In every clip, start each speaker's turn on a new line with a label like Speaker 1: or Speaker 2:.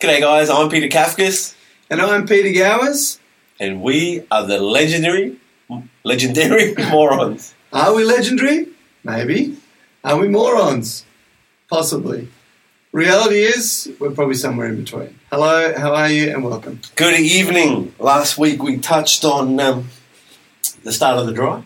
Speaker 1: G'day, guys. I'm Peter Kafkas,
Speaker 2: And I'm Peter Gowers.
Speaker 1: and we are the legendary, legendary morons.
Speaker 2: Are we legendary? Maybe. Are we morons? Possibly. Reality is, we're probably somewhere in between. Hello, how are you, and welcome.
Speaker 1: Good evening. Last week we touched on um, the start of the drive.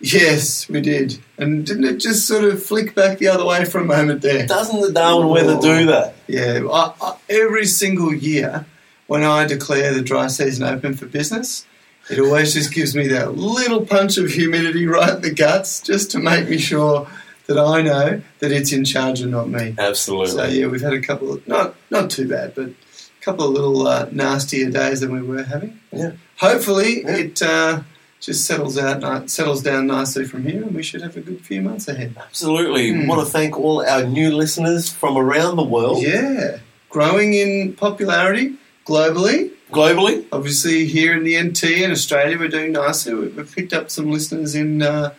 Speaker 2: Yes, we did. And didn't it just sort of flick back the other way for a moment there?
Speaker 1: Doesn't the Darwin weather do that?
Speaker 2: Yeah, I, I, every single year when I declare the dry season open for business, it always just gives me that little punch of humidity right in the guts just to make me sure that I know that it's in charge and not me.
Speaker 1: Absolutely.
Speaker 2: So yeah, we've had a couple of not not too bad, but a couple of little uh, nastier days than we were having.
Speaker 1: Yeah.
Speaker 2: Hopefully
Speaker 1: Yeah.
Speaker 2: it uh, just settles out, ni- settles down nicely from here, and we should have a good few months ahead.
Speaker 1: Absolutely.
Speaker 2: Hmm.
Speaker 1: Want to thank all our new listeners from around the world,
Speaker 2: Yeah, growing in popularity globally.
Speaker 1: globally.
Speaker 2: Obviously, here in the NT in Australia, we're doing nicely. We- We've picked up some listeners in uh,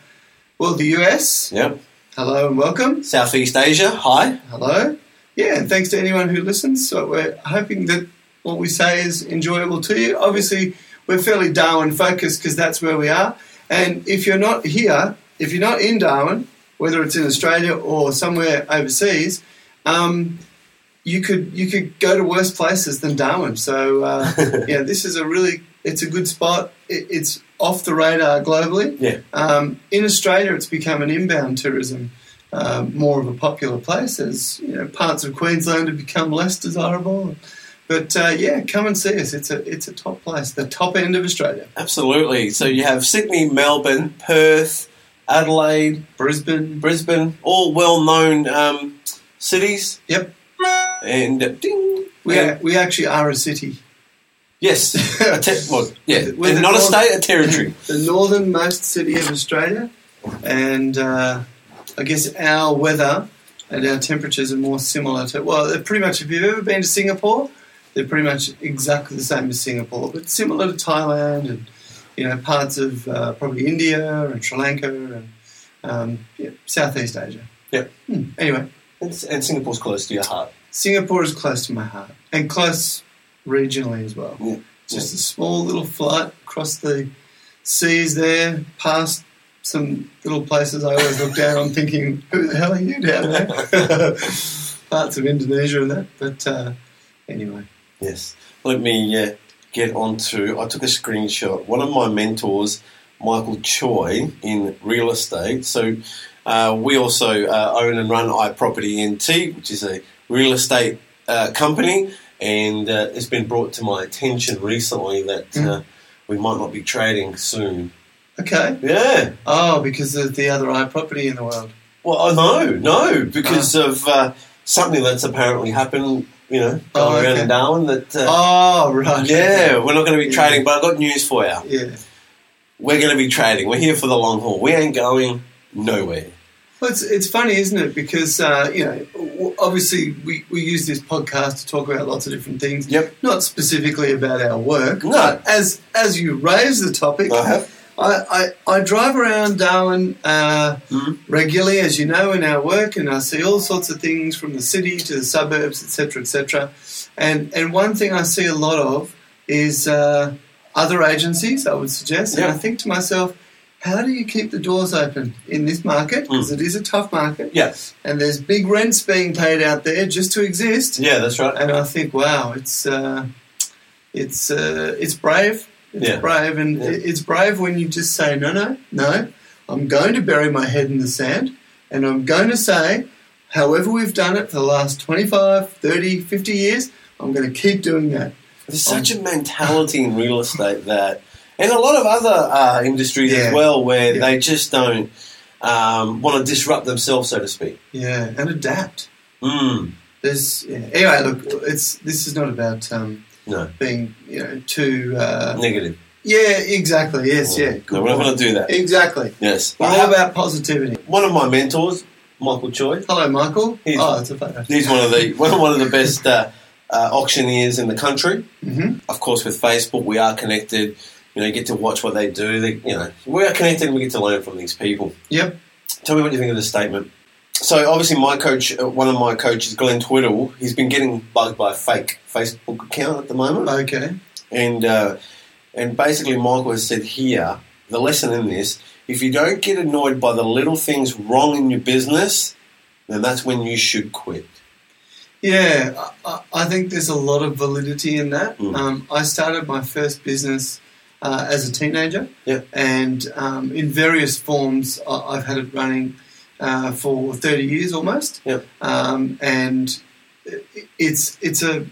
Speaker 2: well the US.
Speaker 1: Yep.
Speaker 2: Hello and welcome.
Speaker 1: Southeast Asia. Hi.
Speaker 2: Hello. Yeah, and thanks to anyone who listens. So we're hoping that what we say is enjoyable to you. Obviously, we're fairly Darwin focused because that's where we are. And if you're not here, if you're not in Darwin, whether it's in Australia or somewhere overseas, um, you could you could go to worse places than Darwin. So uh, yeah, this is a really it's a good spot. It, it's off the radar globally.
Speaker 1: Yeah.
Speaker 2: Um, in Australia, it's become an inbound tourism um, more of a popular place as you know parts of Queensland have become less desirable. But uh, yeah, come and see us. It's a it's a top place, the top end of Australia,
Speaker 1: Absolutely. So you have Sydney, Melbourne, Perth, Adelaide,
Speaker 2: Brisbane.
Speaker 1: Brisbane, all well-known um, cities.
Speaker 2: Yep.
Speaker 1: And uh, ding.
Speaker 2: We
Speaker 1: And-
Speaker 2: are, we actually are a city.
Speaker 1: yes, a te- well, yeah,
Speaker 2: With
Speaker 1: and
Speaker 2: the
Speaker 1: not a
Speaker 2: north-
Speaker 1: state, a territory.
Speaker 2: the northernmost city of Australia, and uh, I guess our weather and our temperatures are more similar to. Well, they're pretty much. If you've ever been to Singapore, they're pretty much exactly the same as Singapore, but similar to Thailand and you know parts of uh, probably India and Sri Lanka and um, yeah, Southeast Asia.
Speaker 1: Yep.
Speaker 2: Hmm. Anyway,
Speaker 1: And, and Singapore's close to your heart.
Speaker 2: Singapore is close to my heart and close regionally as well.
Speaker 1: Yeah.
Speaker 2: Just a small little flight across the seas there, past some little places I always look down on thinking, who the hell are you down there? Parts of Indonesia and that. But uh, anyway,
Speaker 1: Yes. Let me uh, get on to. I took a screenshot. One of my mentors, Michael Choi, in real estate. So uh, we also uh, own and run iProperty NT, which is a real estate uh, company. And uh, it's been brought to my attention recently that
Speaker 2: Mm.
Speaker 1: uh, we might not be trading soon.
Speaker 2: okay.
Speaker 1: Yeah.
Speaker 2: Oh, because of the other eye property in the world.
Speaker 1: Well, I know, no, because
Speaker 2: Ah.
Speaker 1: of uh, something that's apparently happened, you know, going
Speaker 2: Oh,
Speaker 1: around
Speaker 2: okay.
Speaker 1: in Darwin that. Uh,
Speaker 2: Oh, right.
Speaker 1: Yeah, we're not going to be
Speaker 2: Yeah.
Speaker 1: trading, but I've got news for you.
Speaker 2: Yeah.
Speaker 1: We're going to be trading. We're here for the long haul. We ain't going nowhere.
Speaker 2: Well, it's, it's funny, isn't it? Because, uh, you know, w- obviously we, we use this podcast to talk about lots of different things.
Speaker 1: Yep.
Speaker 2: Not specifically about our work.
Speaker 1: No. Uh-huh.
Speaker 2: but As, as you raise the topic,
Speaker 1: I have.
Speaker 2: I, I, I drive around Darwin uh,
Speaker 1: Mhm.
Speaker 2: regularly, as you know, in our work, and I see all sorts of things from the city to the suburbs, etc., etc. And and one thing I see a lot of is uh, other agencies. I would suggest,
Speaker 1: Yeah.
Speaker 2: and I think to myself, how do you keep the doors open in this market? Because it is a tough market,
Speaker 1: Yeah,
Speaker 2: and there's big rents being paid out there just to exist.
Speaker 1: yeah, that's right. uh,
Speaker 2: And I think, wow, it's uh, it's uh, it's brave. It's
Speaker 1: Yeah.
Speaker 2: brave, and
Speaker 1: Yeah.
Speaker 2: it- it's brave when you just say, no, no, no. I'm going to bury my head in the sand, and I'm going to say, however we've done it for the last 25, 30, 50 years, I'm going to keep doing that.
Speaker 1: There's such a mentality in real estate that, and a lot of other uh, industries
Speaker 2: Yeah.
Speaker 1: as well, where
Speaker 2: Yeah.
Speaker 1: they just don't um, want to disrupt themselves, so to speak.
Speaker 2: Yeah, and adapt.
Speaker 1: Mm.
Speaker 2: There's yeah. anyway. Look, it's this is not about um,
Speaker 1: No,
Speaker 2: being you know too. Uh,
Speaker 1: negative.
Speaker 2: yeah, exactly. Yes, yeah.
Speaker 1: Oh, no, we're not going to do that.
Speaker 2: Exactly.
Speaker 1: Yes.
Speaker 2: Well, how about positivity?
Speaker 1: one of my mentors, Michael Choi,
Speaker 2: Hello, Michael.
Speaker 1: Here's-
Speaker 2: oh, it's a photo.
Speaker 1: he's one of the one, one of the best uh, uh, auctioneers in the country.
Speaker 2: hmm
Speaker 1: of course, with Facebook, we are connected. You know, you get to watch what they do. They, you know, we are connected and we get to learn from these people.
Speaker 2: Yep.
Speaker 1: Tell me what you think of this statement. So obviously, my coach, uh, one of my coaches, Glenn Twiddle, he's been getting bugged by a fake Facebook account at the moment,
Speaker 2: Okay.
Speaker 1: and uh, and basically, Michael has said here the lesson in this: if you don't get annoyed by the little things wrong in your business, then that's when you should quit.
Speaker 2: Yeah, I- I, I think there's a lot of validity in that.
Speaker 1: Mm.
Speaker 2: Um, I started my first business uh, as a teenager,
Speaker 1: Yeah.
Speaker 2: and um, in various forms, I, I've had it running uh, for 30 years almost.
Speaker 1: Yeah.
Speaker 2: Um, and it, it's it's a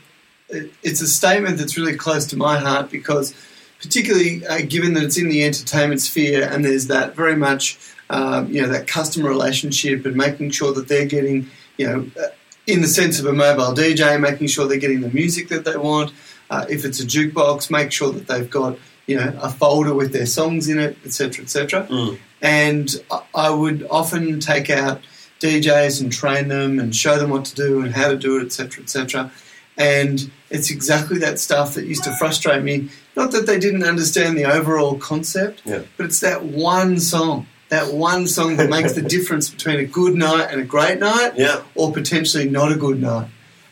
Speaker 2: it's a statement that's really close to my heart because, particularly uh, given that it's in the entertainment sphere and there's that very much um, you know that customer relationship and making sure that they're getting you know uh, in the sense of a mobile DJ, making sure they're getting the music that they want. Uh, if it's a jukebox, make sure that they've got you know a folder with their songs in it, etc., etc.
Speaker 1: Mm.
Speaker 2: And I- I would often take out DJs and train them and show them what to do and how to do it, etc., etc. And it's exactly that stuff that used to frustrate me. Not that they didn't understand the overall concept,
Speaker 1: Yeah.
Speaker 2: but it's that one song, that one song that makes the difference between a good night and a great night
Speaker 1: Yeah,
Speaker 2: or potentially not a good night.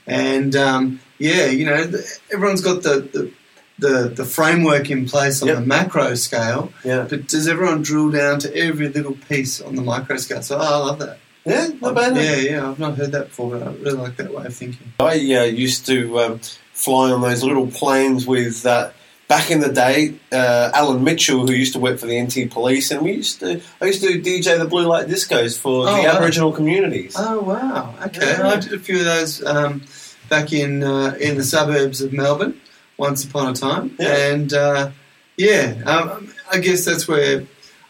Speaker 2: And um, yeah, you know, th- everyone's got the, the the, the framework in place on
Speaker 1: Yep.
Speaker 2: the macro scale,
Speaker 1: yeah,
Speaker 2: but does everyone drill down to every little piece on the micro scale? So oh, I love that.
Speaker 1: yeah. Not bad.
Speaker 2: Yeah, yeah, I've not heard that before, but I really like that way of thinking.
Speaker 1: I uh, used to um, fly on those little planes with, uh, back in the day, uh, Alan Mitchell, who used to work for the NT Police, and we used to, I used to DJ the blue light discos for
Speaker 2: Oh,
Speaker 1: the
Speaker 2: wow.
Speaker 1: Aboriginal communities.
Speaker 2: Oh wow, okay.
Speaker 1: Yeah.
Speaker 2: I did a few of those um, back in uh, in the suburbs of Melbourne once upon a time,
Speaker 1: Yeah.
Speaker 2: and uh, yeah, um, I guess that's where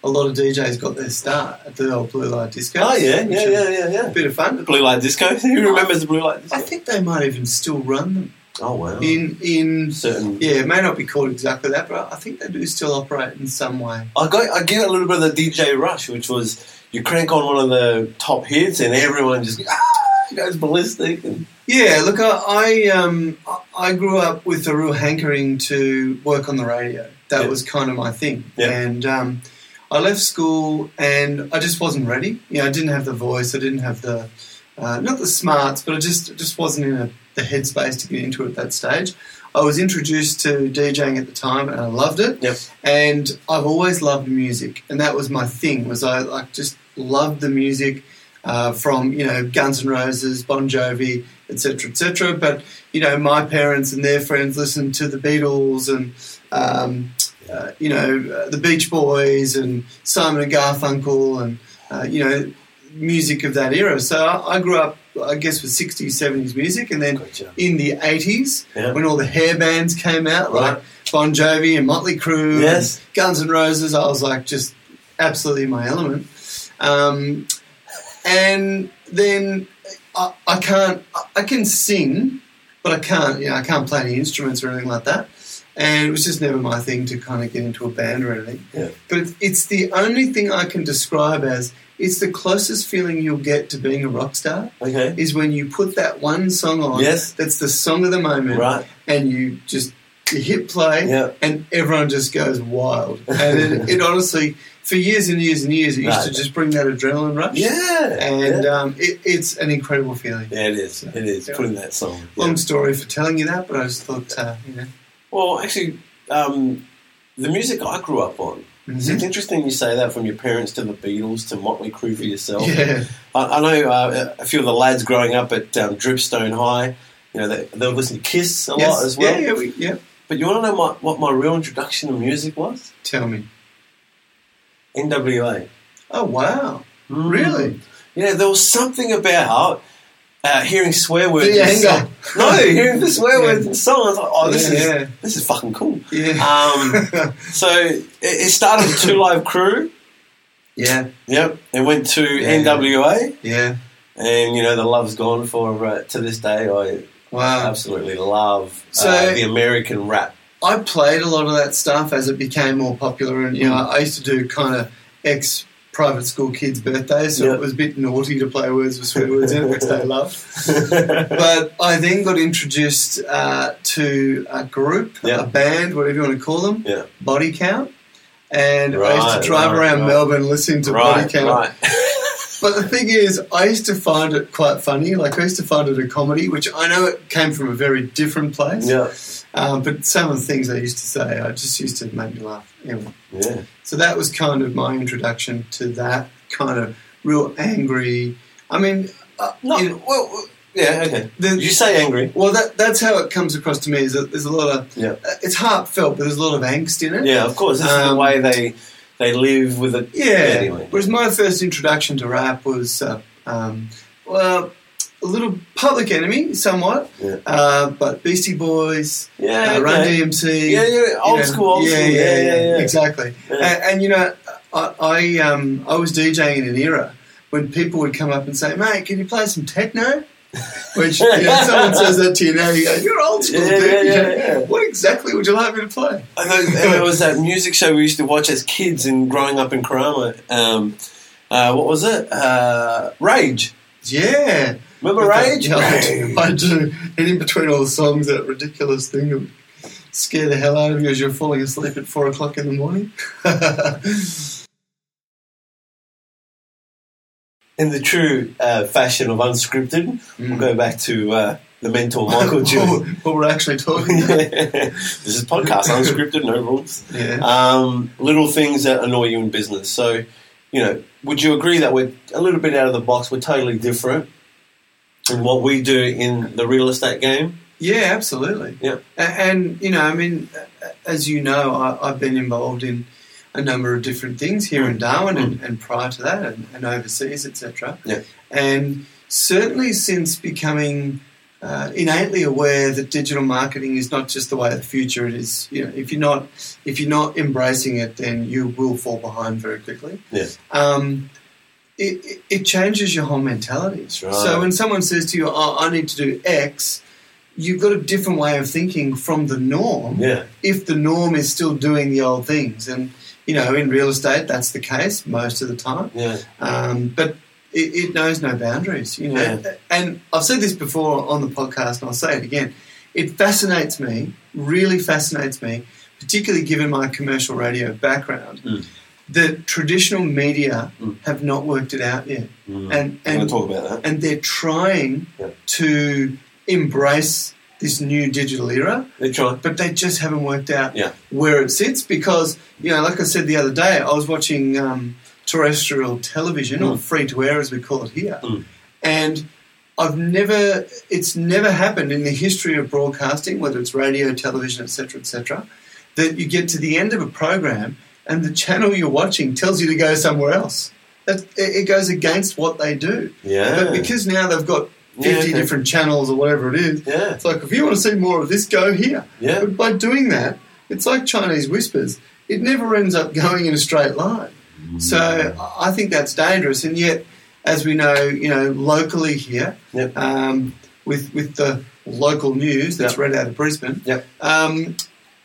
Speaker 2: a lot of DJs got their start at the old blue light disco.
Speaker 1: Oh yeah, yeah, yeah, yeah,
Speaker 2: a
Speaker 1: yeah.
Speaker 2: bit of fun.
Speaker 1: Blue light disco. Who remembers the blue light
Speaker 2: I
Speaker 1: disco?
Speaker 2: think they might even still run them
Speaker 1: Oh wow.
Speaker 2: in in.
Speaker 1: Certain.
Speaker 2: Yeah, it may not be called exactly that, but I think they do still operate in some way.
Speaker 1: I got, I get a little bit of the DJ rush, which was you crank on one of the top hits, and everyone just ah, goes ballistic. And,
Speaker 2: Yeah, look, I I, um, I- I grew up with a real hankering to work on the radio. That
Speaker 1: Yeah.
Speaker 2: was kind of my thing,
Speaker 1: Yeah.
Speaker 2: and um, I left school and I just wasn't ready. You know, I didn't have the voice, I didn't have the uh, not the smarts, but I just just wasn't in a, the headspace to get into it at that stage. I was introduced to DJing at the time, and I loved it
Speaker 1: yep.
Speaker 2: and I've always loved music, and that was my thing. Was I like just loved the music uh, from you know Guns N' Roses, Bon Jovi, etc., etc. But you know my parents and their friends listened to the Beatles and um, uh, you know uh, the Beach Boys and Simon and Garfunkel and uh, you know music of that era. So I, I grew up, I guess, with 60s, 70s music, and then
Speaker 1: Gotcha.
Speaker 2: in the 80s
Speaker 1: Yeah.
Speaker 2: when all the hair bands came out, like
Speaker 1: Right.
Speaker 2: Bon Jovi and Motley Crue, and
Speaker 1: Yes.
Speaker 2: Guns N' Roses. I was like just absolutely in my element. Um, and then I, I can't, I- I can sing, but I can't, you know, I can't play any instruments or anything like that. And it was just never my thing to kind of get into a band or anything.
Speaker 1: Yeah.
Speaker 2: But it's, it's the only thing I can describe as it's the closest feeling you'll get to being a rock star
Speaker 1: Okay.
Speaker 2: is when you put that one song on
Speaker 1: Yes.
Speaker 2: that's the song of the moment
Speaker 1: Right.
Speaker 2: and you just you hit play
Speaker 1: Yeah.
Speaker 2: and everyone just goes wild and it, it honestly for years and years and years it used
Speaker 1: Right.
Speaker 2: to just bring that adrenaline rush
Speaker 1: Yeah.
Speaker 2: and
Speaker 1: yeah.
Speaker 2: um, it, it's an incredible feeling
Speaker 1: Yeah, it is. It is.
Speaker 2: Yeah.
Speaker 1: Putting that song.
Speaker 2: long story for telling you that but I just thought uh, you know
Speaker 1: Well, actually, um, the music I grew up on.
Speaker 2: Mm-hmm.
Speaker 1: So It's interesting you say that from your parents to the Beatles to Motley Crue for yourself.
Speaker 2: yeah
Speaker 1: I, I know uh, a few of the lads growing up at um, Dripstone High. You know, they, they'll listen to Kiss a
Speaker 2: Yes.
Speaker 1: lot as well.
Speaker 2: yeah, yeah, we, yeah
Speaker 1: But you want to know my, what my real introduction to music was?
Speaker 2: tell me
Speaker 1: NWA.
Speaker 2: oh wow Mm. really
Speaker 1: Yeah, there was something about uh, hearing swear words.
Speaker 2: The
Speaker 1: in
Speaker 2: anger.
Speaker 1: song. No, hearing the swear
Speaker 2: Yeah.
Speaker 1: words in song. I was like, oh, this
Speaker 2: Yeah,
Speaker 1: is
Speaker 2: yeah.
Speaker 1: this is fucking cool.
Speaker 2: yeah
Speaker 1: Um, so it, it started with Two Live Crew.
Speaker 2: yeah
Speaker 1: Yep, it went to
Speaker 2: Yeah.
Speaker 1: NWA,
Speaker 2: yeah
Speaker 1: and you know the love's gone for uh, to this day. I
Speaker 2: wow
Speaker 1: absolutely love uh,
Speaker 2: Um, So-
Speaker 1: the American rap.
Speaker 2: I played a lot of that stuff as it became more popular, and you
Speaker 1: Mm.
Speaker 2: know, I used to do kind of ex private school kids' birthdays, so
Speaker 1: Yeah.
Speaker 2: it was a bit naughty to play words with swear words in it, which they loved. But I then got introduced uh, to a group,
Speaker 1: Yeah.
Speaker 2: a band, whatever you want to call them,
Speaker 1: yeah,
Speaker 2: Body Count, and I used
Speaker 1: Right,
Speaker 2: to drive
Speaker 1: right,
Speaker 2: around
Speaker 1: right.
Speaker 2: Melbourne listening to Body
Speaker 1: right,
Speaker 2: Count.
Speaker 1: right.
Speaker 2: But the thing is, I used to find it quite funny. Like, I used to find it a comedy, which I know it came from a very different place.
Speaker 1: Yeah.
Speaker 2: Um, but some of the things I used to say, I just used to make me laugh. Anyway,
Speaker 1: Yeah.
Speaker 2: so that was kind of my introduction to that kind of real angry. I mean, uh,
Speaker 1: No.
Speaker 2: you know,
Speaker 1: well, yeah. Okay.
Speaker 2: the,
Speaker 1: You say angry.
Speaker 2: well, that, that's how it comes across to me. Is that there's a lot of
Speaker 1: Yeah.
Speaker 2: uh, it's heartfelt, but there's a lot of angst in it.
Speaker 1: Yeah. Of course. This is the
Speaker 2: Um,
Speaker 1: way they they live with it.
Speaker 2: Yeah.
Speaker 1: Anyway.
Speaker 2: Whereas my first introduction to rap was, uh, um, well, a little Public Enemy, somewhat,
Speaker 1: Yeah.
Speaker 2: uh, but Beastie Boys,
Speaker 1: Yeah.
Speaker 2: uh, Run
Speaker 1: okay.
Speaker 2: DMC.
Speaker 1: Yeah. Yeah.
Speaker 2: you
Speaker 1: Old
Speaker 2: know,
Speaker 1: school. Old
Speaker 2: yeah,
Speaker 1: school.
Speaker 2: Yeah, yeah,
Speaker 1: yeah.
Speaker 2: exactly.
Speaker 1: Yeah.
Speaker 2: And, Uh, and you know, I I, um, I was DJing in an era when people would come up and say, "Mate, can you play some techno?" Which you know, someone says that to you now, you go, "You're old school,
Speaker 1: Yeah,
Speaker 2: dude."
Speaker 1: yeah,
Speaker 2: You
Speaker 1: yeah,
Speaker 2: go,
Speaker 1: yeah.
Speaker 2: What exactly would you like me to play?
Speaker 1: And there, and there was that music show we used to watch as kids and growing up in Karama. Um, uh, what was it? Uh, Rage.
Speaker 2: Yeah,
Speaker 1: Remember Rage?
Speaker 2: Yeah, I do. I do. And in between all the songs, that ridiculous thing that would scare the hell out of you as you're falling asleep at four o'clock in the morning.
Speaker 1: In the true uh, fashion of unscripted, we'll go back to uh, the mentor Michael Jewell.
Speaker 2: what we're actually talking about.
Speaker 1: this is podcast unscripted, no rules.
Speaker 2: Yeah.
Speaker 1: Um, little things that annoy you in business. So, you know, would you agree that we're a little bit out of the box? We're totally different in what we do in the real estate game.
Speaker 2: Yeah, absolutely.
Speaker 1: Yeah.
Speaker 2: A- And, you know, I mean, a- as you know, I, I've been involved in a number of different things here in Darwin and, and prior to that and, and overseas, etc.
Speaker 1: Yeah.
Speaker 2: And certainly since becoming uh, innately aware that digital marketing is not just the way of the future, it is, you know, if you're not, if you're not embracing it, then you will fall behind very quickly.
Speaker 1: Yeah.
Speaker 2: Um, it, it- it changes your whole mentality.
Speaker 1: That's right.
Speaker 2: So when someone says to you, oh, I need to do X, you've got a different way of thinking from the norm
Speaker 1: Yeah,
Speaker 2: if the norm is still doing the old things. And, you know, in real estate, that's the case most of the time.
Speaker 1: yeah,
Speaker 2: Um, but it, it knows no boundaries, you know.
Speaker 1: Yeah.
Speaker 2: And I've said this before on the podcast, and I'll say it again. It fascinates me, really fascinates me, particularly given my commercial radio background,
Speaker 1: Mm.
Speaker 2: that traditional media
Speaker 1: Mm.
Speaker 2: have not worked it out yet.
Speaker 1: Mm. I'm
Speaker 2: And,
Speaker 1: going
Speaker 2: and
Speaker 1: to talk about that.
Speaker 2: and they're trying
Speaker 1: Yeah.
Speaker 2: to embrace this new digital era,
Speaker 1: They're trying.
Speaker 2: but they just haven't worked out
Speaker 1: Yeah.
Speaker 2: where it sits because, you know, like I said the other day, I was watching um, terrestrial television or free to air as we call it here,
Speaker 1: Mm.
Speaker 2: and I've never, it's never happened in the history of broadcasting, whether it's radio, television, etc., etc., that you get to the end of a program and the channel you're watching tells you to go somewhere else. That, it it goes against what they do.
Speaker 1: Yeah.
Speaker 2: But because now they've got 50
Speaker 1: Yeah, okay.
Speaker 2: different channels or whatever it is,
Speaker 1: yeah,
Speaker 2: it's like, if you want to see more of this, go here.
Speaker 1: yeah,
Speaker 2: But by doing that, it's like Chinese whispers. It never ends up going in a straight line. So I- I think that's dangerous. And yet, as we know, you know, locally here,
Speaker 1: Yep.
Speaker 2: um, with, with the local news that's
Speaker 1: Yep.
Speaker 2: read out of Brisbane,
Speaker 1: Yep.
Speaker 2: um,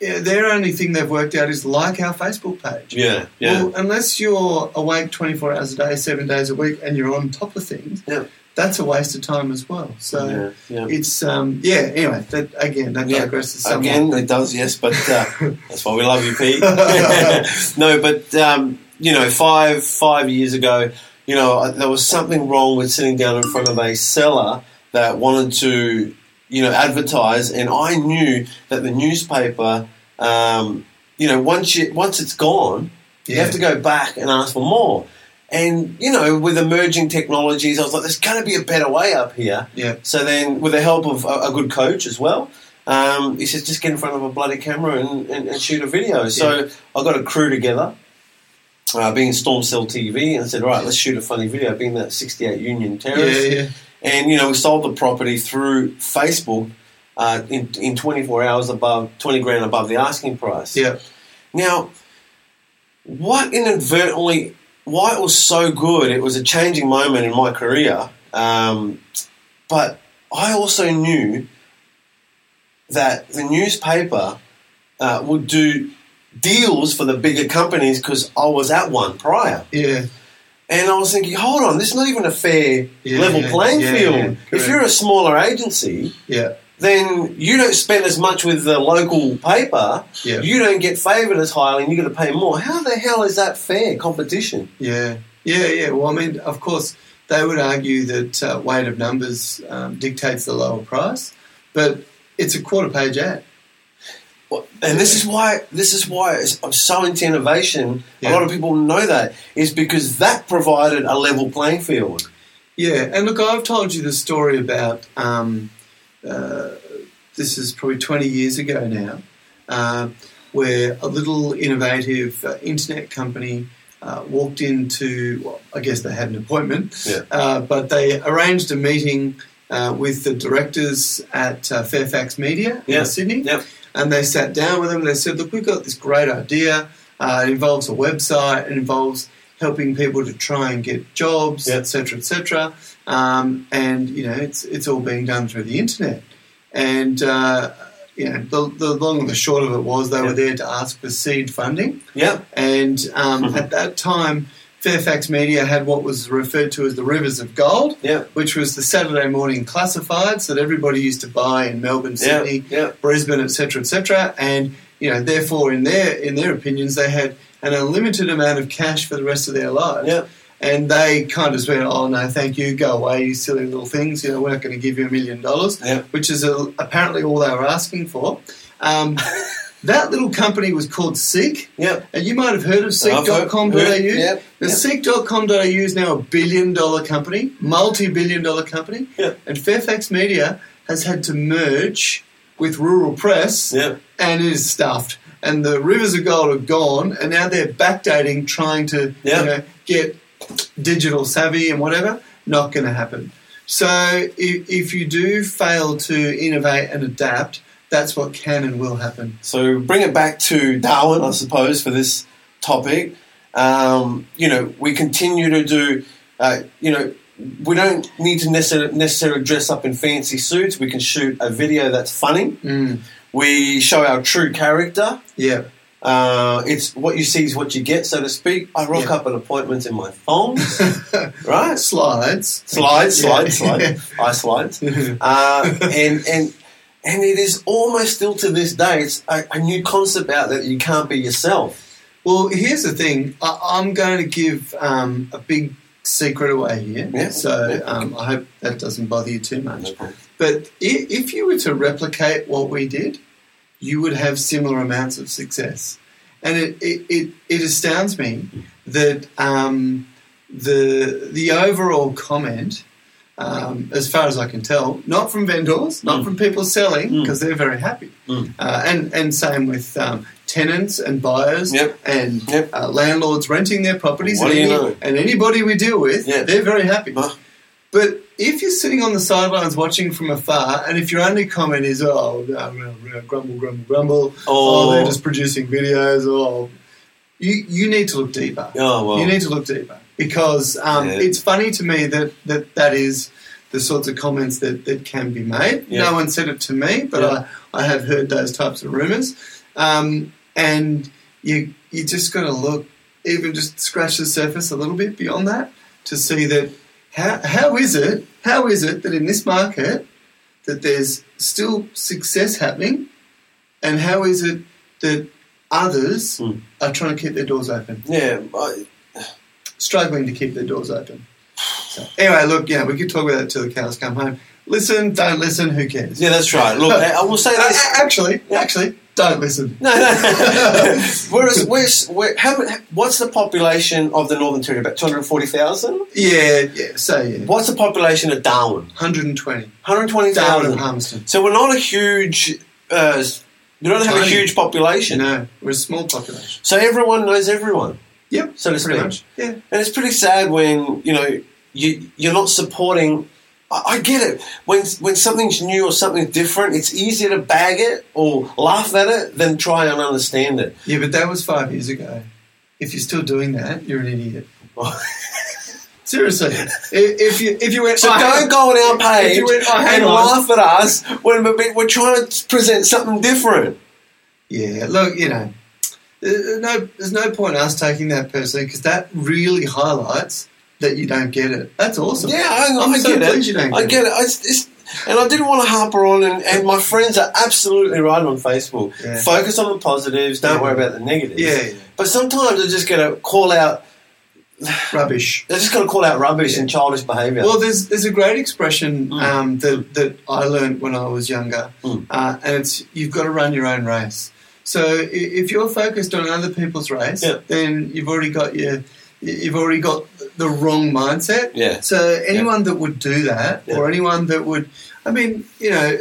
Speaker 2: yeah, their only thing they've worked out is like our Facebook page.
Speaker 1: yeah, yeah.
Speaker 2: Well, unless you're awake 24 hours a day, seven days a week, and you're on top of things,
Speaker 1: Yeah.
Speaker 2: that's a waste of time as well. So
Speaker 1: yeah, yeah.
Speaker 2: it's, um, yeah, anyway, that, again, that
Speaker 1: Yeah.
Speaker 2: digresses somewhat.
Speaker 1: Again, it does, yes, but uh, that's why we love you, Pete. no, but um, you know, five five years ago, you know, I- there was something wrong with sitting down in front of a seller that wanted to, you know, advertise, and I knew that the newspaper, um, you know, once you once it's gone, you
Speaker 2: Yeah.
Speaker 1: have to go back and ask for more. And you know, with emerging technologies, I was like, "There's got to be a better way up here."
Speaker 2: Yeah.
Speaker 1: So then, with the help of a, a good coach as well, um, he says, just get in front of a bloody camera and, and, and shoot a video. So I got a crew together, uh, being Storm Cell TV, and said, right, let's shoot a funny video, being that 68 Union
Speaker 2: Yeah,
Speaker 1: Terrace.
Speaker 2: yeah.
Speaker 1: And, you know, we sold the property through Facebook uh, in, in 24 hours above, 20 grand above the asking price.
Speaker 2: Yeah.
Speaker 1: Now, what inadvertently, why it was so good, it was a changing moment in my career. Um, but I also knew that the newspaper uh, would do deals for the bigger companies because I was at one prior.
Speaker 2: Yeah.
Speaker 1: And I was thinking, hold on, this is not even a fair
Speaker 2: Yeah,
Speaker 1: level
Speaker 2: yeah,
Speaker 1: playing
Speaker 2: yeah,
Speaker 1: field.
Speaker 2: yeah,
Speaker 1: if
Speaker 2: correct.
Speaker 1: you're a smaller agency,
Speaker 2: Yeah.
Speaker 1: then you don't spend as much with the local paper.
Speaker 2: Yeah.
Speaker 1: You don't get favoured as highly, and you got to pay more. How the hell is that fair competition?
Speaker 2: Yeah. Yeah, yeah. Well, I mean, of course, they would argue that uh, weight of numbers um, dictates the lower price, but it's a quarter page ad.
Speaker 1: Well, and this is why this is why it's- I'm so into innovation. A
Speaker 2: Yeah.
Speaker 1: lot of people know that is because that provided a level playing field.
Speaker 2: Yeah, and look, I've told you the story about um, uh, this is probably 20 years ago now, uh, where a little innovative uh, internet company uh, walked into, well, I guess they had an appointment,
Speaker 1: Yeah.
Speaker 2: uh, but they arranged a meeting uh, with the directors at uh, Fairfax Media
Speaker 1: Yeah.
Speaker 2: in Sydney,
Speaker 1: Yep.
Speaker 2: and they sat down with them and they said, Look, we've got this great idea. Uh, it involves a website, it involves helping people to try and get jobs,
Speaker 1: Yeah.
Speaker 2: etc., etc. Um, and, you know, it's, it's all being done through the internet. And, uh, you know, the, the long and the short of it was they
Speaker 1: Yeah.
Speaker 2: were there to ask for seed funding.
Speaker 1: Yep.
Speaker 2: And um,
Speaker 1: Mhm.
Speaker 2: at that time, Fairfax Media had what was referred to as the Rivers of Gold,
Speaker 1: Yep.
Speaker 2: which was the Saturday morning classifieds that everybody used to buy in Melbourne,
Speaker 1: Yep.
Speaker 2: Sydney,
Speaker 1: Yep.
Speaker 2: Brisbane, etc., etc. And you know, therefore, in their in their opinions, they had an unlimited amount of cash for the rest of their lives.
Speaker 1: Yep.
Speaker 2: And they kind of just went, "Oh no, thank you, go away, you silly little things. You know, we're not going to give you a million dollars,"
Speaker 1: Yep.
Speaker 2: which is uh apparently all they were asking for. Um, that little company was called Seek,
Speaker 1: Yep.
Speaker 2: and you might have heard of
Speaker 1: I've heard-
Speaker 2: Seek.com.au.
Speaker 1: Yep.
Speaker 2: The
Speaker 1: Yep.
Speaker 2: Seek.com.au is now a billion dollar company, multi billion dollar company,
Speaker 1: Yeah.
Speaker 2: and Fairfax Media has had to merge with Rural Press
Speaker 1: Yep.
Speaker 2: and is stuffed. And the rivers of gold are gone, and now they're backdating, trying to
Speaker 1: Yeah.
Speaker 2: you know, get digital savvy and whatever. Not going to happen. So if, if you do fail to innovate and adapt, that's what can and will happen.
Speaker 1: So bring it back to Darwin, I suppose, for this topic. Um, you know, we continue to do. Uh, you know, we don't need to necessarily, necessarily dress up in fancy suits. We can shoot a video that's funny.
Speaker 2: Mm.
Speaker 1: We show our true character.
Speaker 2: Yeah.
Speaker 1: Uh, it's what you see is what you get, so to speak. I rock
Speaker 2: Yeah.
Speaker 1: up at appointments in my phone, right?
Speaker 2: Slides.
Speaker 1: Slide, slide,
Speaker 2: Yeah.
Speaker 1: slide. I slide. Uh, and and and it is almost still to this day. It's a, a new concept out there that you can't be yourself.
Speaker 2: Well, here's the thing. I, I'm going to give um, a big secret away here.
Speaker 1: Yeah.
Speaker 2: So
Speaker 1: Yeah.
Speaker 2: um, I hope that doesn't bother you too much.
Speaker 1: problem.
Speaker 2: But if, if you were to replicate what we did, you would have similar amounts of success. And it, it, it, it astounds me that um, the, the overall comment, um, as far as I can tell, not from vendors, not
Speaker 1: Mm.
Speaker 2: from people selling,
Speaker 1: Mm.
Speaker 2: because they're very happy.
Speaker 1: Mm.
Speaker 2: Uh, and, and same with um, tenants and buyers
Speaker 1: Yep.
Speaker 2: and
Speaker 1: Yep.
Speaker 2: uh, landlords renting their properties
Speaker 1: What
Speaker 2: and,
Speaker 1: do you
Speaker 2: any-
Speaker 1: know?
Speaker 2: and anybody we deal with,
Speaker 1: Yeah. Ah.
Speaker 2: they're very happy.
Speaker 1: Huh.
Speaker 2: But if you're sitting on the sidelines watching from afar, and if your only comment is, oh, no, no, no, grumble, grumble, grumble,
Speaker 1: Oh,
Speaker 2: oh, they're just producing videos, oh, you, you need to look deeper.
Speaker 1: oh well.
Speaker 2: You need to look deeper because um,
Speaker 1: Yeah.
Speaker 2: it's funny to me that that, that is the sorts of comments that, that can be made.
Speaker 1: Yeah.
Speaker 2: No one said it to me, but
Speaker 1: Yeah.
Speaker 2: I, I have heard those types of rumours. Um, and you you just got to look, even just scratch the surface a little bit beyond that to see that how, how is it how is it that in this market that there's still success happening, and how is it that others
Speaker 1: Mm.
Speaker 2: are trying to keep their doors open?
Speaker 1: yeah, I,
Speaker 2: struggling to keep their doors open. So, anyway, look, yeah, we could talk about it till the cows come home. Listen, don't listen, who cares?
Speaker 1: yeah, that's right. Look, I I will say
Speaker 2: A-
Speaker 1: this.
Speaker 2: a- actually, actually, don't listen.
Speaker 1: No, no. Whereas, where's, where, how, mu- what's the population of the Northern Territory? About 240,000?
Speaker 2: Yeah, yeah, so yeah.
Speaker 1: What's the population of Darwin?
Speaker 2: 120. Darwin and
Speaker 1: 120,000.
Speaker 2: Harmiston.
Speaker 1: So we're not a huge, uh, we don't have a
Speaker 2: Tiny.
Speaker 1: huge population.
Speaker 2: No, we're a small population.
Speaker 1: So everyone knows everyone,
Speaker 2: Yep,
Speaker 1: so to
Speaker 2: pretty
Speaker 1: speak.
Speaker 2: much. Yeah.
Speaker 1: And it's pretty sad when, you know, you, you're not supporting. I, I get it. When, when something's new or something's different, it's easier to bag it or laugh at it than try and understand it.
Speaker 2: Yeah, but that was five years ago. If you're still doing that, you're an idiot. Seriously. I- if, you, if you went,
Speaker 1: So
Speaker 2: "Oh,
Speaker 1: don't go on our
Speaker 2: If
Speaker 1: page
Speaker 2: you went, "Oh, hang
Speaker 1: and
Speaker 2: on."
Speaker 1: laugh at us when we're, we're trying to present something different.
Speaker 2: Yeah, look, you know, there's no, there's no point us taking that personally because that really highlights that you don't get it. That's awesome.
Speaker 1: Yeah, I,
Speaker 2: I'm
Speaker 1: I
Speaker 2: so
Speaker 1: get
Speaker 2: pleased
Speaker 1: it.
Speaker 2: you don't
Speaker 1: I
Speaker 2: get
Speaker 1: get it. It's, it's, and I didn't want to harper on, and, and my friends are absolutely right on Facebook.
Speaker 2: Yeah.
Speaker 1: Focus on the positives, don't
Speaker 2: Yeah.
Speaker 1: worry about the negatives.
Speaker 2: Yeah, yeah.
Speaker 1: But sometimes I just got to call out
Speaker 2: Rubbish.
Speaker 3: They're just going to call out rubbish and childish behaviour.
Speaker 2: Well, there's there's a great expression
Speaker 1: Hmm.
Speaker 3: Mm.
Speaker 2: um, that that I learned when I was younger,
Speaker 1: Mm.
Speaker 2: uh, and it's you've got to run your own race. So i- if you're focused on other people's race,
Speaker 1: Yeah.
Speaker 2: then you've already got your you've already got the wrong mindset.
Speaker 1: Yeah.
Speaker 2: So anyone that would do that,
Speaker 1: Yeah.
Speaker 2: or anyone that would, I mean, you know,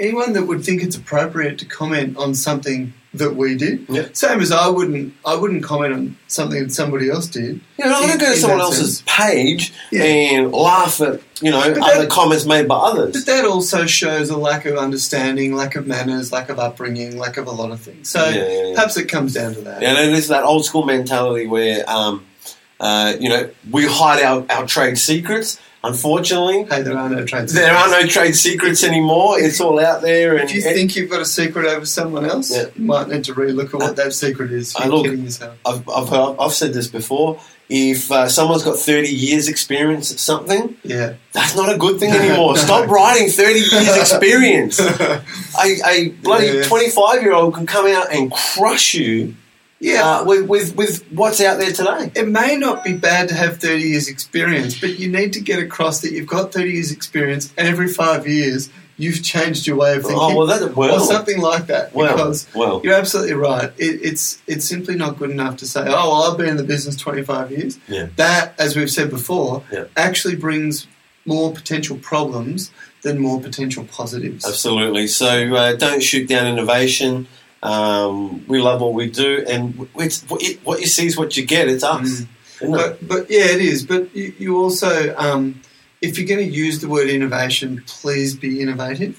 Speaker 2: anyone that would think it's appropriate to comment on something that we did,
Speaker 1: Yeah.
Speaker 2: same as I wouldn't, I wouldn't comment on something that somebody else did.
Speaker 1: You know, I don't go to
Speaker 2: In- in
Speaker 1: someone
Speaker 2: that
Speaker 1: else's page
Speaker 2: Yeah.
Speaker 1: and laugh at, you know,
Speaker 2: But
Speaker 1: other
Speaker 2: that-
Speaker 1: comments made by
Speaker 2: But
Speaker 1: others.
Speaker 2: that also shows a lack of understanding, lack of manners, lack of upbringing, lack of a lot of things. So
Speaker 1: Yeah, yeah, yeah.
Speaker 2: perhaps it comes down to that.
Speaker 1: And then there's that old school mentality where, um, uh, you know, we hide our, our trade secrets. Unfortunately,
Speaker 2: Hey, there are no trades.
Speaker 1: there are no trade secrets anymore. It's all out there. And
Speaker 2: If you think you've got a secret over someone else,
Speaker 1: Yeah.
Speaker 2: you might need to re-look at what that secret is.
Speaker 1: I
Speaker 2: You're
Speaker 1: look-
Speaker 2: kidding yourself.
Speaker 1: I've, I've, heard, I've said this before. If uh, someone's got 30 years experience at something,
Speaker 2: Yeah.
Speaker 1: that's not a good thing
Speaker 2: No,
Speaker 1: anymore.
Speaker 2: no.
Speaker 1: Stop writing 30 years experience. a, a
Speaker 2: Yeah.
Speaker 1: bloody 25 year old can come out and crush you
Speaker 2: yeah.
Speaker 1: uh, with, with, with what's out there today.
Speaker 2: it may not be bad to have 30 years experience, but you need to get across that you've got 30 years experience and every five years you've changed your way of thinking
Speaker 1: Oh, well, that,
Speaker 2: or
Speaker 1: well,
Speaker 2: something like that.
Speaker 1: well,
Speaker 2: because
Speaker 1: well.
Speaker 2: you're absolutely right. It, it's it's simply not good enough to say, oh, well, I've been in the business 25 years.
Speaker 1: Yeah.
Speaker 2: That, as we've said before,
Speaker 1: Yeah.
Speaker 2: actually brings more potential problems than more potential positives.
Speaker 1: Absolutely. So uh, don't shoot down innovation. Um, we love what we do, and it's, it, what you see is what you get. It's us.
Speaker 2: Mm.
Speaker 1: isn't it?
Speaker 2: But, but yeah, it is. But you, you also, um, if you're going to use the word innovation, please be innovative.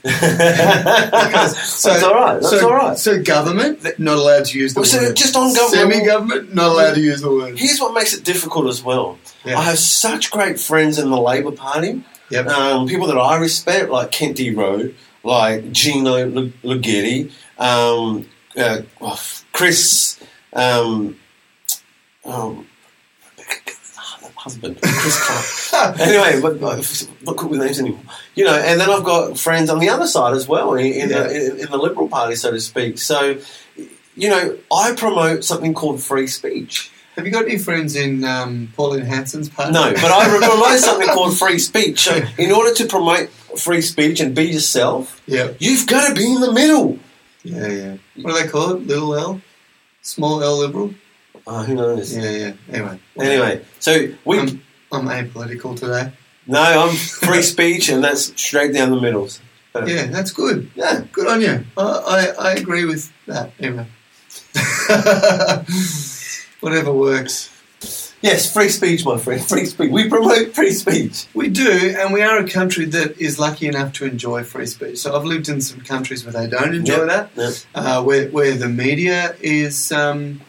Speaker 2: Because- so-
Speaker 1: that's all right. That's
Speaker 2: so,
Speaker 1: all right.
Speaker 2: So government, not allowed to use the
Speaker 1: Well, so
Speaker 2: word.
Speaker 1: just on government.
Speaker 2: Semi-government, not allowed to use the word.
Speaker 1: Here's what makes it difficult as well.
Speaker 2: Yeah.
Speaker 1: I have such great friends in the Labor Party,
Speaker 2: Yep.
Speaker 1: um, people that I respect, like Kent D. Rowe, like Gino Lu- Lughetti, um, uh, oh, Chris, um, um, husband, Chris Clark anyway, but not cool with names anymore. You know, and then I've got friends on the other side as well, in, in,
Speaker 2: Yeah.
Speaker 1: the, in, in the Liberal Party, so to speak. So, you know, I promote something called free speech.
Speaker 2: Have you got any friends in um, Pauline Hanson's party?
Speaker 1: No, but I promote something called free speech. So, in order to promote free speech and be yourself,
Speaker 2: yeah,
Speaker 1: you've got to be in the middle.
Speaker 2: yeah, yeah. What do they call it? Little L, small L liberal.
Speaker 1: Oh, who knows?
Speaker 2: Yeah, yeah. Anyway,
Speaker 1: Anyway, so we.
Speaker 2: I'm, I'm apolitical today.
Speaker 1: no, I'm free speech, and that's straight down the middle. So,
Speaker 2: Yeah, that's good.
Speaker 1: yeah.
Speaker 2: Good on you. I, I, I agree with that. Anyway, whatever works.
Speaker 1: Yes, free speech, my friend. Free speech. We promote free speech.
Speaker 2: We do, and we are a country that is lucky enough to enjoy free speech. So I've lived in some countries where they don't enjoy that,
Speaker 1: yep.
Speaker 2: Uh, where, where the media is. Um,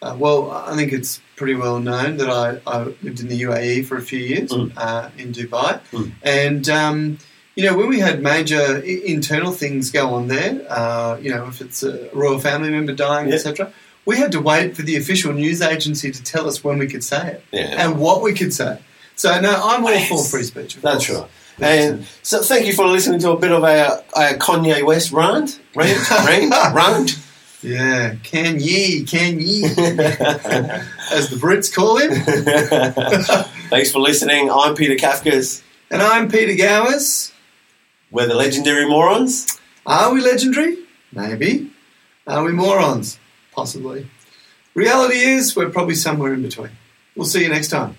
Speaker 2: uh, well, I think it's pretty well known that I, I lived in the UAE for a few years
Speaker 1: Mm.
Speaker 2: uh, in Dubai,
Speaker 1: Mm.
Speaker 2: and um, you know when we had major I- internal things go on there, uh, you know if it's a royal family member dying,
Speaker 1: Yeah.
Speaker 2: etc. We had to wait for the official news agency to tell us when we could say it
Speaker 1: Yeah.
Speaker 2: and what we could say. So no, I'm all for free speech. Of
Speaker 1: That's
Speaker 2: course.
Speaker 1: right. And so, thank you for listening to a bit of our, our Kanye West rant, rant, rant, rant.
Speaker 2: Yeah, can ye, can ye, as the Brits call him.
Speaker 1: Thanks for listening. I'm Peter Kafkas.
Speaker 2: And I'm Peter Gowers.
Speaker 1: We're the legendary morons.
Speaker 2: Are we legendary? Maybe. Are we morons? Possibly. Reality is, we're probably somewhere in between. We'll see you next time.